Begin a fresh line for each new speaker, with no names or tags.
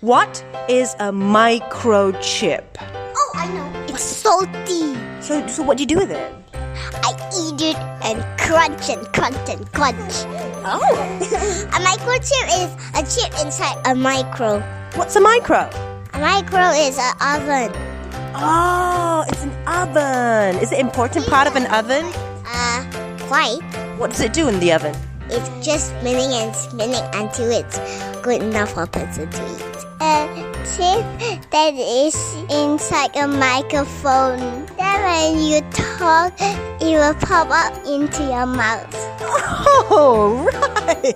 What is a microchip?
Oh, I know. It's salty.
So, so what do you do with it?
I eat it and crunch and crunch and crunch.
Oh,
A microchip is a chip inside a micro.
what's a micro?
A micro is an oven.
Oh, it's an oven. Is it important part of an oven?
Uh, quite.
What does it do in the oven?
It's just spinning and spinning until it's good enough for a person to eat. A chip that is inside a microphone. Then when you talk, it will pop up into your mouth.
Oh, right.